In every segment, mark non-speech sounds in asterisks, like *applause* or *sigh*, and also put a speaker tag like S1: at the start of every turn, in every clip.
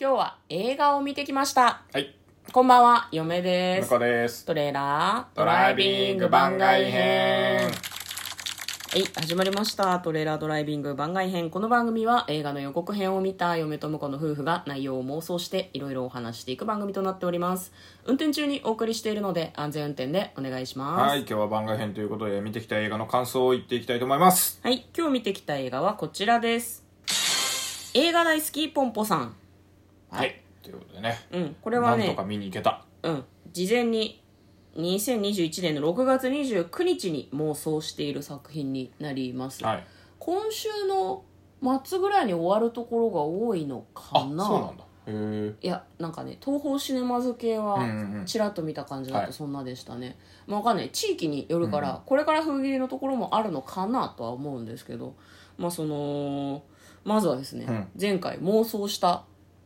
S1: 今日は映画を見てきました。
S2: はい、
S1: こんばんは、嫁で
S2: 向
S1: す
S2: こ。うです。
S1: トレーラード
S2: ドライビング番外編。
S1: はい、始まりました。トレーラードライビング番外編。この番組は映画の予告編を見た嫁と婿の夫婦が内容を妄想していろいろお話していく番組となっております。運転中にお送りしているので安全運転でお願いします。
S2: はい、今日は番外編ということで、見てきた映画の感想を言っていきたいと思います。
S1: はい、今日見てきた映画はこちらです。映画大好きポンポさん。
S2: はい。ということでね、
S1: うん、これ
S2: な
S1: は
S2: ん
S1: ね、
S2: とか見に行けた。
S1: うん、事前に2021年の6月29日に妄想している作品になります、
S2: はい。
S1: 今週の末ぐらいに終わるところが多いの
S2: あ、
S1: か
S2: そう
S1: な
S2: なんだ。へえ。
S1: いやなんかね東宝シネマズ系
S2: うんうんう
S1: は
S2: ん
S1: ちらっと見た感じだ
S2: は
S1: と
S2: い
S1: そんなでしたね、まあ、わかんない地域によるから、これから封切りのところもあるのかなとは思うんですけどまあそのまずはですね、
S2: うん
S1: 前回妄想した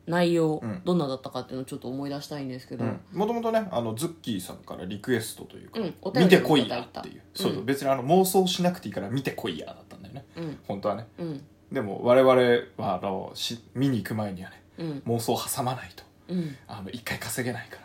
S1: 内容、
S2: うん
S1: どんなだったかっていうのをちょっと思い出したいんですけど、
S2: もともとねあのズッキーさんからリクエストというか、
S1: うんお便りを
S2: 見てこ
S1: い
S2: い
S1: ただ
S2: や
S1: いた
S2: っていう、そうそう別にあの妄想しなくていいから見てこいやだったんだよね、
S1: うん
S2: 本当はね
S1: うん
S2: でも我々はあのし見に行く前にはね
S1: うん
S2: 妄想を挟まないと
S1: うん
S2: あの一回稼げないか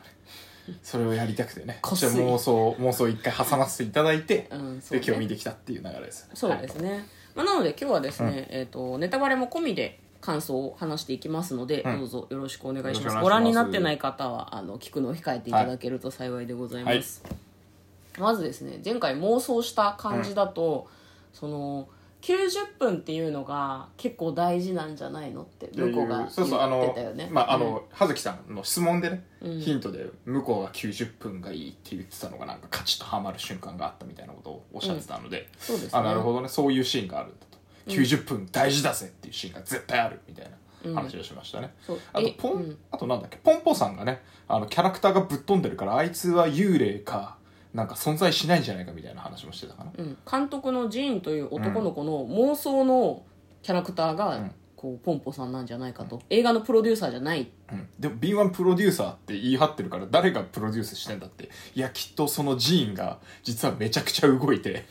S2: らねそれをやりたくてね
S1: こっ
S2: じ
S1: そ
S2: ゃ
S1: り
S2: 妄想妄想を一回挟ませていただいて、
S1: うんそうね
S2: で今日見てきたっていう流れです
S1: そうですね、まあ、なので今日はですね、えっとネタバレも込みで感想を話していきますので、
S2: うん
S1: どうぞよろしくお願いし
S2: よろ
S1: ます
S2: しくお願いします
S1: ご覧になってない方はあの聞くのを控えていただけると幸いでございます、まずですね前回妄想した感じだと、その90分っていうのが結構大事なんじゃないのって
S2: はい
S1: 向こうが言
S2: そうそうあ
S1: って
S2: の
S1: たよね
S2: まああ
S1: うん
S2: の葉月さんの質問でね、
S1: うん
S2: ヒントで向こうが90分がいいって言ってたのがなんかカチッとハマる瞬間があったみたいなことをおっしゃってたので、
S1: そうですね
S2: あなるほどねそういうシーンがあるんだと90分大事だぜっていうシーンが絶対あるみたいな話をしましたね、
S1: そう
S2: あと
S1: え
S2: ポン、
S1: うん
S2: あとなんだっけポンポさんがねあのキャラクターがぶっ飛んでるからあいつは幽霊かなんか存在しないんじゃないかみたいな話もしてたかな、
S1: うん、監督のジーンという男の子の妄想のキャラクターが、
S2: ん
S1: こうポンポさんなんじゃないかと、映画のプロデューサーじゃない
S2: うん、でも敏腕プロデューサーって言い張ってるから誰がプロデュースしてんだっていやきっとその寺院が実はめちゃくちゃ動
S1: *laughs*
S2: いて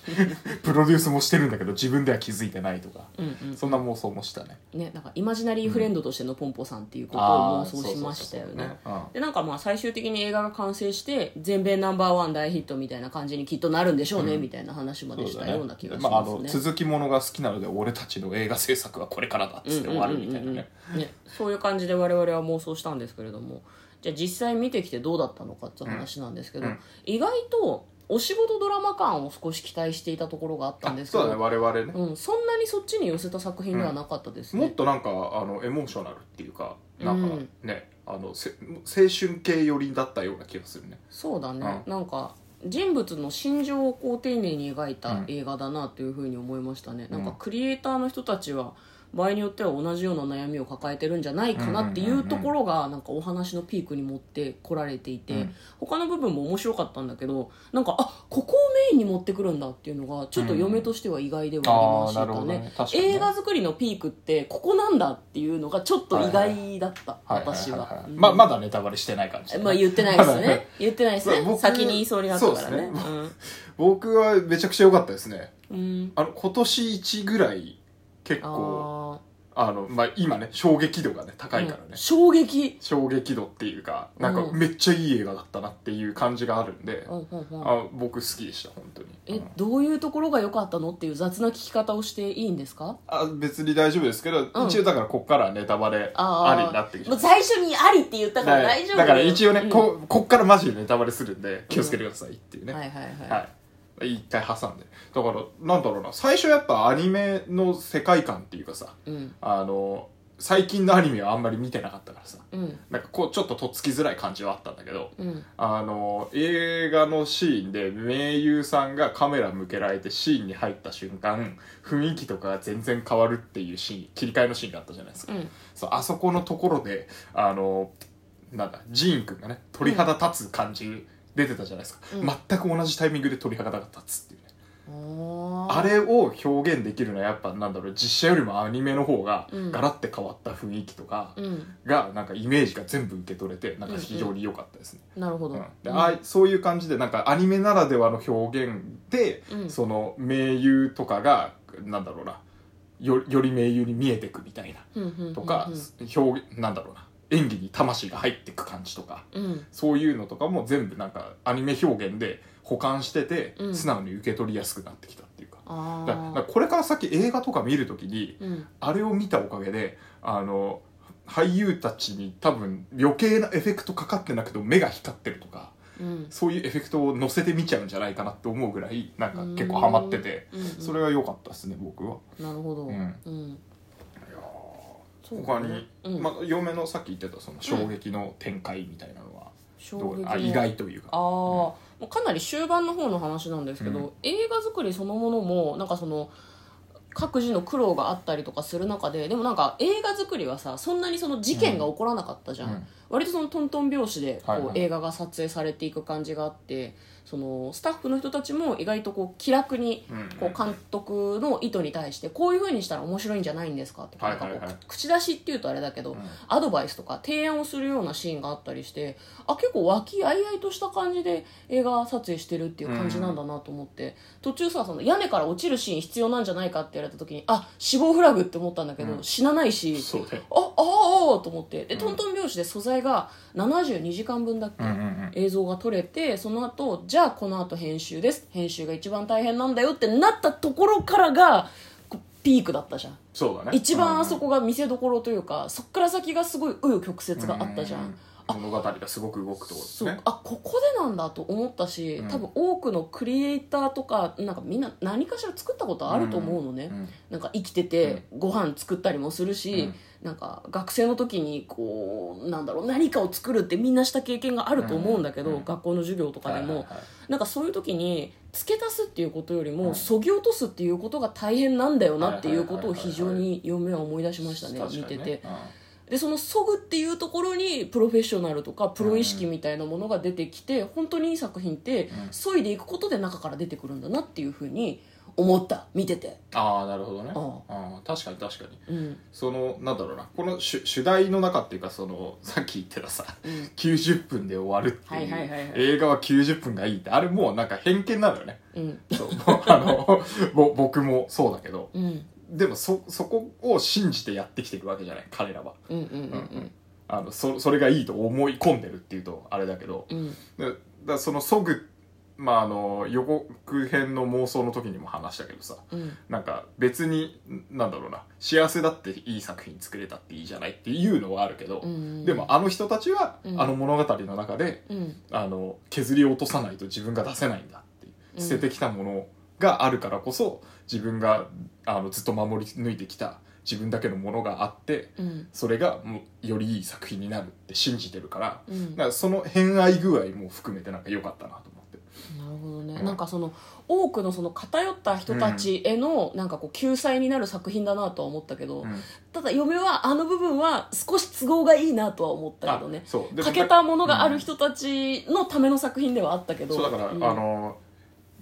S2: プロデュースもしてるんだけど自分では気づいてないとか、
S1: うんうん
S2: そんな妄想もしたね
S1: ね、なんかイマジナリーフレンドとしてのポンポさんっていうこと
S2: あ
S1: を妄
S2: あ
S1: 想しましたよね。
S2: そうそうそうそうね
S1: でなんかまあ最終的に映画が完成して全米ナンバーワン大ヒットみたいな感じにきっとなるんでしょうね、みたいな話ま
S2: うん
S1: で
S2: そ
S1: し
S2: うだ
S1: た
S2: ね
S1: ような気がし
S2: まああ
S1: ます
S2: の
S1: ね。
S2: 続きものが好きなので俺たちの映画制作はこれからだっつって終わるみたいなね
S1: ね、そういう感じで我々は妄想したんですけれどもじゃあ実際見てきてどうだったのかって話なんですけど、
S2: うんうん
S1: 意外とお仕事ドラマ感を少し期待していたところがあったん
S2: あ
S1: ですけ
S2: そう
S1: ど
S2: だね我々ね、
S1: うん、そんなにそっちに寄せた作品ではなかったです
S2: もっ
S1: ね、
S2: となんかあのエモーショナルっていうかなんか
S1: うん
S2: ね、あのせ青春系寄りだったような気がするね
S1: そうだね、なんか人物の心情をこう丁寧に描いた映画だなというふうに思いましたね、なんかクリエイターの人たちは場合によっては同じような悩みを抱えてるんじゃないかなってい
S2: んうん
S1: う
S2: うん
S1: う
S2: うん
S1: ところがなんかお話のピークに持ってこられていて、
S2: うん
S1: 他の部分も面白かったんだけどなんかあここをメインに持ってくるんだっていうのがちょっと嫁としては意外ではありましたね,、
S2: 確
S1: 映画作りのピークってここなんだっていうのがちょっと意外だった、私は,うん、
S2: ままだネタバレしてない感じ、
S1: まあ言ってないです
S2: まだ
S1: ね。言ってないです
S2: まあ
S1: ね。
S2: 僕
S1: 先に言いそうになったからね。
S2: そうです僕はめちゃくちゃ良かったですね
S1: うん。うん。
S2: あの今年1ぐらい結構
S1: あ
S2: あの、まあ、今ね衝撃度がね
S1: あ。
S2: 高いからね、
S1: うん衝撃。
S2: 衝撃度っていうかなんか
S1: うん
S2: めっちゃいい映画だったなっていう感じがあるんで、
S1: うんうんうん
S2: あ僕好きでした本当にう
S1: え
S2: ん、
S1: どういうところが良かったのっていう雑な聞き方をしていいんですか
S2: あ別に大丈夫ですけど、
S1: うん
S2: 一応だからこっからはネタバレありになってきて
S1: もう最初にありって言ったから
S2: だ
S1: 大丈夫
S2: だから一応ね、
S1: うん
S2: ここっからマジでネタバレするんで気をつけてくださいっていうね、
S1: はいはいはい。
S2: はい一回挟んでだからなんだろうな最初やっぱアニメの世界観っていうかさ
S1: うん。
S2: あの最近のアニメはあんまり見てなかったからさ
S1: うん。
S2: なんかこうちょっととっつきづらい感じはあったんだけど
S1: うん。
S2: あの映画のシーンで名優さんがカメラ向けられてシーンに入った瞬間雰囲気とかが全然変わるっていうシーン切り替えのシーンがあったじゃないですか、
S1: うん
S2: そうあそこのところであのなんだジーン君がね鳥肌立つ感じ出てたじゃないですか、
S1: うん
S2: 全く同じタイミングで鳥肌が立つっていうね
S1: あー
S2: あれを表現できるのはやっぱなんだろう実写よりもアニメの方が
S1: うん
S2: ガラッて変わった雰囲気とか
S1: うん。
S2: がなんかイメージが全部受け取れてなんか非常に良かったですね、
S1: なるほど。
S2: うんで
S1: うん
S2: ああそういう感じでなんかアニメならではの表現で、
S1: うん
S2: その名優とかがなんだろうなよより名優に見えてくみたいな
S1: うんうんうんうん
S2: とか、表現なんだろうな演技に魂が入ってく感じとか
S1: うん
S2: そういうのとかも全部なんかアニメ表現で保管してて、
S1: うん
S2: 素直に受け取りやすくなってきたっていうかだだから
S1: あ
S2: これから先映画とか見るときに
S1: ーうん
S2: あれを見たおかげであの俳優たちに多分余計なエフェクトかかってなくても目が光ってるとか
S1: うん
S2: そういうエフェクトを乗せて見ちゃうんじゃないかなって思うぐらいなんか結構ハマってて
S1: うんうんうん
S2: それは良かったですね僕は。
S1: なるほど
S2: う
S1: うんん、そうね
S2: 他に、
S1: うん
S2: まあ、嫁のさっき言ってたその衝撃の展開みたいなのは、
S1: 衝
S2: どう
S1: 撃の
S2: あ意外という
S1: あー
S2: か
S1: もうかなり終盤の方の話なんですけど、
S2: うん
S1: 映画作りそのものもなんかその各自の苦労があったりとかする中ででもなんか映画作りはさそんなにその事件が起こらなかったじゃん、
S2: うん
S1: 割とそのトントン拍子でこう、
S2: はいはい
S1: 映画が撮影されていく感じがあってそのスタッフの人たちも意外とこう気楽に
S2: うん
S1: こう監督の意図に対してこういうふうにしたら面白いんじゃないんですかとか,、
S2: はいはいはい
S1: なんかこう口出しっていうとあれだけど、
S2: うん
S1: アドバイスとか提案をするようなシーンがあったりしてあ結構和気あいあいとした感じで映画撮影してるっていう感じなんだなと思って、途中さその屋根から落ちるシーン必要なんじゃないかって言われた時にあ死亡フラグって思ったんだけど、
S2: うん
S1: 死なないし
S2: そうだよ
S1: あああと思ってで
S2: うん
S1: トントン拍子で素材が72時間分だっけ、
S2: うんうんうん
S1: 映像が撮れてその後じゃあこの後編集です編集が一番大変なんだよってなったところからがこうピークだったじゃん
S2: そうだね
S1: 一番あそこが見せどころというかそっから先がすごい紆余曲折があったじゃん、
S2: うう物語がすごく動くところです
S1: そう
S2: ね
S1: あここでなんだと思ったし、
S2: うん
S1: 多分多くのクリエイターとかなんかみんな何かしら作ったことあると思うのね、
S2: うん
S1: なんか生きててご飯作ったりもするし、なんか学生の時にこうなんだろう何かを作るってみんなした経験があると思うんだけど、
S2: うんうん
S1: 学校の授業とかでも、
S2: はいはいはい
S1: なんかそういう時に付け足すっていうことより
S2: う
S1: も
S2: ん
S1: そぎ落とすっていうことが大変なんだよなっていうことを
S2: はいはいはいは
S1: 非
S2: い
S1: 常に嫁は思い出しましたね
S2: 確かに
S1: 見てて
S2: うん
S1: でそのそぐっていうところにプロフェッショナルとかプロ意識みたいなものが出てきて本当にいい作品って
S2: うん
S1: 削いでいくことで中から出てくるんだなっていうふうに思った見てて
S2: ああなるほどね
S1: う
S2: あー確かに確かに
S1: うん
S2: そのなんだろうなこの主主題の中っていうかその *laughs* さっき言ってたさ
S1: うん
S2: 90分で終わるっていう、
S1: はいはいはいはい
S2: 映画は90分がいいってあれもうなんか偏見なの
S1: *laughs*
S2: よね
S1: うん
S2: そうもうあのぼ僕もそうだけど
S1: うん
S2: でもそそこを信じてやってきてるわけじゃない彼らは、
S1: うんうんうん
S2: あのそそれがいいと思い込んでるっていうとあれだけど
S1: うんうん
S2: だだそのそぐ、まあ、あの予告編の妄想の時にも話したけどさ
S1: うん
S2: なんか別にんなんだろうな幸せだっていい作品作れたっていいじゃないっていうのはあるけど、
S1: うん
S2: でもあの人たちは、
S1: うん
S2: あの物語の中で
S1: うん
S2: あの削り落とさないと自分が出せないんだっていう
S1: うん
S2: 捨ててきたものがあるからこそ自分があのずっと守り抜いてきた自分だけのものがあって
S1: うん
S2: それがもうよりいい作品になるって信じてるから
S1: うん
S2: だからその偏愛具合も含めてなんか良かったなと思って
S1: なるほどね、
S2: うん
S1: なんかその多くのその偏った人たちへのなんかこう救済になる作品だなとは思ったけど、ただ嫁はあの部分は少し都合がいいなとは思ったけどね
S2: あそうで
S1: 欠けたものがある人たちのための作品ではあったけど
S2: そうだから、
S1: ん
S2: あの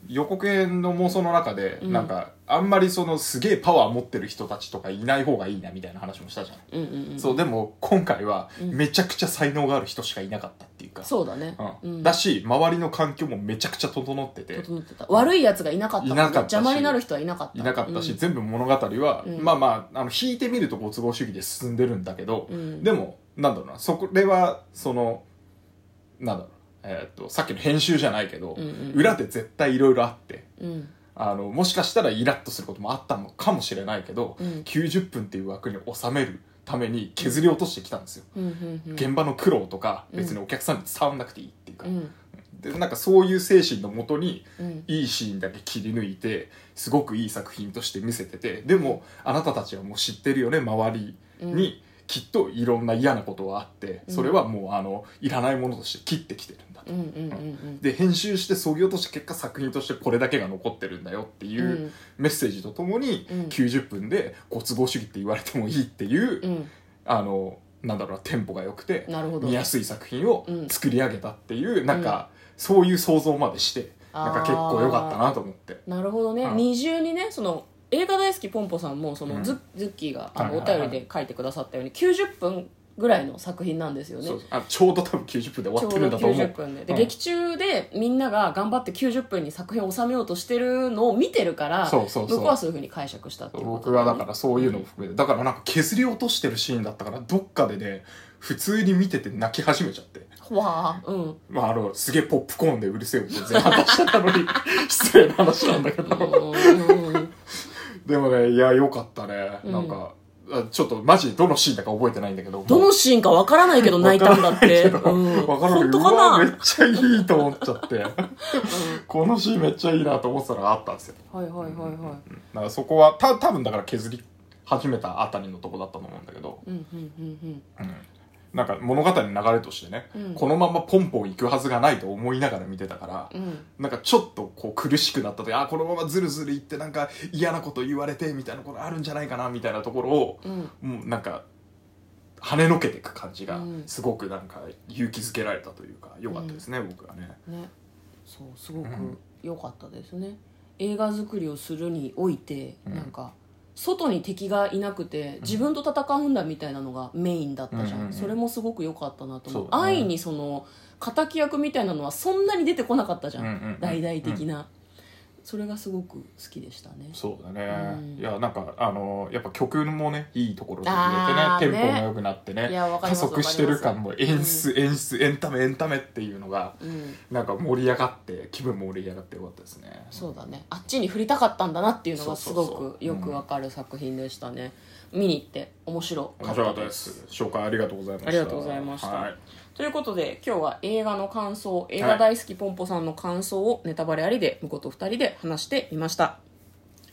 S2: 予告編の妄想の中で、
S1: うん
S2: なんかあんまりそのすげえパワー持ってる人たちとかいない方がいいなみたいな話もしたじゃ
S1: う
S2: ん、
S1: んうんうん、
S2: そうでも今回は
S1: うん
S2: めちゃくちゃ才能がある人しかいなかったっていうか、
S1: そうだね、
S2: うん
S1: うん
S2: だし周りの環境もめちゃくちゃ整ってて
S1: 整ってた悪いやつがいなかったもんね
S2: いなかったし
S1: 邪魔になる人はいなかった
S2: いなかったし、
S1: うん
S2: 全部物語は、
S1: うん
S2: まあまああの引いてみるとご都合主義で進んでるんだけど、
S1: うん
S2: でもなんだろうなそこれはそのなんだろう、えーっとさっきの編集じゃないけど、
S1: うんうん
S2: 裏で絶対いろいろあって
S1: うん
S2: あのもしかしたらイラッとすることもあったのかもしれないけど、
S1: うん
S2: 90分っていう枠に収めるために削り落としてきたんですよ、
S1: うんうんうん
S2: 現場の苦労とか
S1: うん
S2: 別にお客さんに伝わんなくていいっていうか、
S1: うん
S2: でなんかそういう精神のもとに
S1: うん
S2: いいシーンだけ切り抜いてすごくいい作品として見せててでもあなたたちはもう知ってるよね周りにきっといろんな嫌なことはあって
S1: うん
S2: それはもうあのいらないものとして切ってきてるんだと
S1: うんうんうんうん
S2: で編集して削ぎ落として結果作品としてこれだけが残ってるんだよっていううメッセージとともに
S1: うん
S2: 90分でご都合主義って言われてもいいっていう、
S1: んうん
S2: あのなんだろうなテンポが良くて
S1: なるほど
S2: 見やすい作品を
S1: うん
S2: 作り上げたっていう、なんかそういう想像までしてなんか結構良かったなと思って。
S1: なるほどね、
S2: うん
S1: 二重にねその映画大好きポンポさんもそのズ,、
S2: うん
S1: ズッキーがあの
S2: はい
S1: お
S2: はいは
S1: 便
S2: い
S1: りで書いてくださったように90分ぐらいの作品なんですよね
S2: そうあちょうど多分90分で
S1: ち
S2: 終
S1: ょ
S2: わ
S1: う
S2: ってるん
S1: ど
S2: だと思
S1: 90
S2: う
S1: 分でで、
S2: うん
S1: 劇中でみんなが頑張って90分に作品を収めようとしてるのを見てるから
S2: そうそうそう
S1: 向こうはそういうふうに解釈したっていうこと
S2: 僕はだからそういうのを含めてだからなんか削り落としてるシーンだったからどっかでね普通に見てて泣き始めちゃって。
S1: わあうん
S2: まあ、あの、すげえポップコーンでうるせえ音全話しちゃったのに、 *laughs* 失礼な話なんだけ
S1: う
S2: ど。
S1: んうん
S2: でもね、いや、よかったね。
S1: うん
S2: なんか、あちょっとマジでどのシーンだか覚えてないんだけど。
S1: どのシーンかわからないけど泣いたんだって
S2: わからないけ
S1: うん
S2: どわからない
S1: 本
S2: けど
S1: 当
S2: うわ
S1: か
S2: め
S1: な
S2: っちゃいいと思っちゃって。このシーンめっちゃいいなと思ってたのがあったんですよ。
S1: はいはいはいは
S2: だからそこは、た多分だから削り始めたあたりのとこだったと思うんだけど。
S1: いうんうんうん
S2: うんなんか物語の流れとしてね、
S1: うん
S2: このままポンポン行くはずがないと思いながら見てたから、
S1: うんうん
S2: なんかちょっとこう苦しくなった時あこのままズルズル行ってなんか嫌なこと言われてみたいなことあるんじゃないかなみたいなところを、
S1: うん
S2: もうなんか跳ねのけていく感じが
S1: うん
S2: すごくなんか勇気づけられたというか良かったですね、僕はね。
S1: ねそうすごく
S2: うん
S1: 良かったですね、映画作りをするにおいて、
S2: うん
S1: なんか外に敵がいなくて自分と戦うんだみたいなのがメインだったじゃん、
S2: うんうんうん
S1: それもすごく良かったなと思う
S2: そうだね
S1: 安易にその敵役みたいなのはそんなに出てこなかったじゃん、
S2: うんうんうん
S1: 大々的な、それがすごく好きでしたね
S2: そうだ
S1: うん
S2: ね、いやなんかあのやっぱ曲もねいいところで
S1: あ
S2: 入
S1: ー
S2: れてねテンポ
S1: ね
S2: も良くなってね
S1: いやわかり
S2: 加
S1: ます
S2: 速してる感も
S1: わかり
S2: 演
S1: ます
S2: 出、演出エンタメエンタメっていうのが
S1: うん
S2: なんか盛り上がって気分も盛り上がってよかったですね
S1: そうだねあっちに振りたかったんだなっていうのがすご
S2: そうそう
S1: く
S2: そう
S1: よくわかる作品でしたね見に行って面白か
S2: 面
S1: っ
S2: 白か
S1: た
S2: った
S1: で
S2: ですす紹介ありがとうございました
S1: ありがとうございました
S2: はい
S1: ということで今日は映画の感想映画大好きポンポさんの感想をネタバレありで向こうと2人で話してみました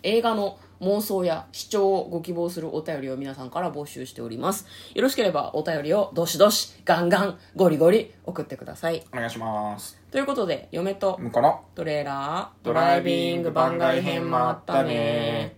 S1: 映画の妄想や視聴をご希望するお便りを皆さんから募集しておりますよろしければお便りをどしどしガンガンゴリゴリ送ってください
S2: お願いします
S1: ということで嫁と
S2: 向こうの
S1: トレーラード
S2: ドライビング番外編もあったね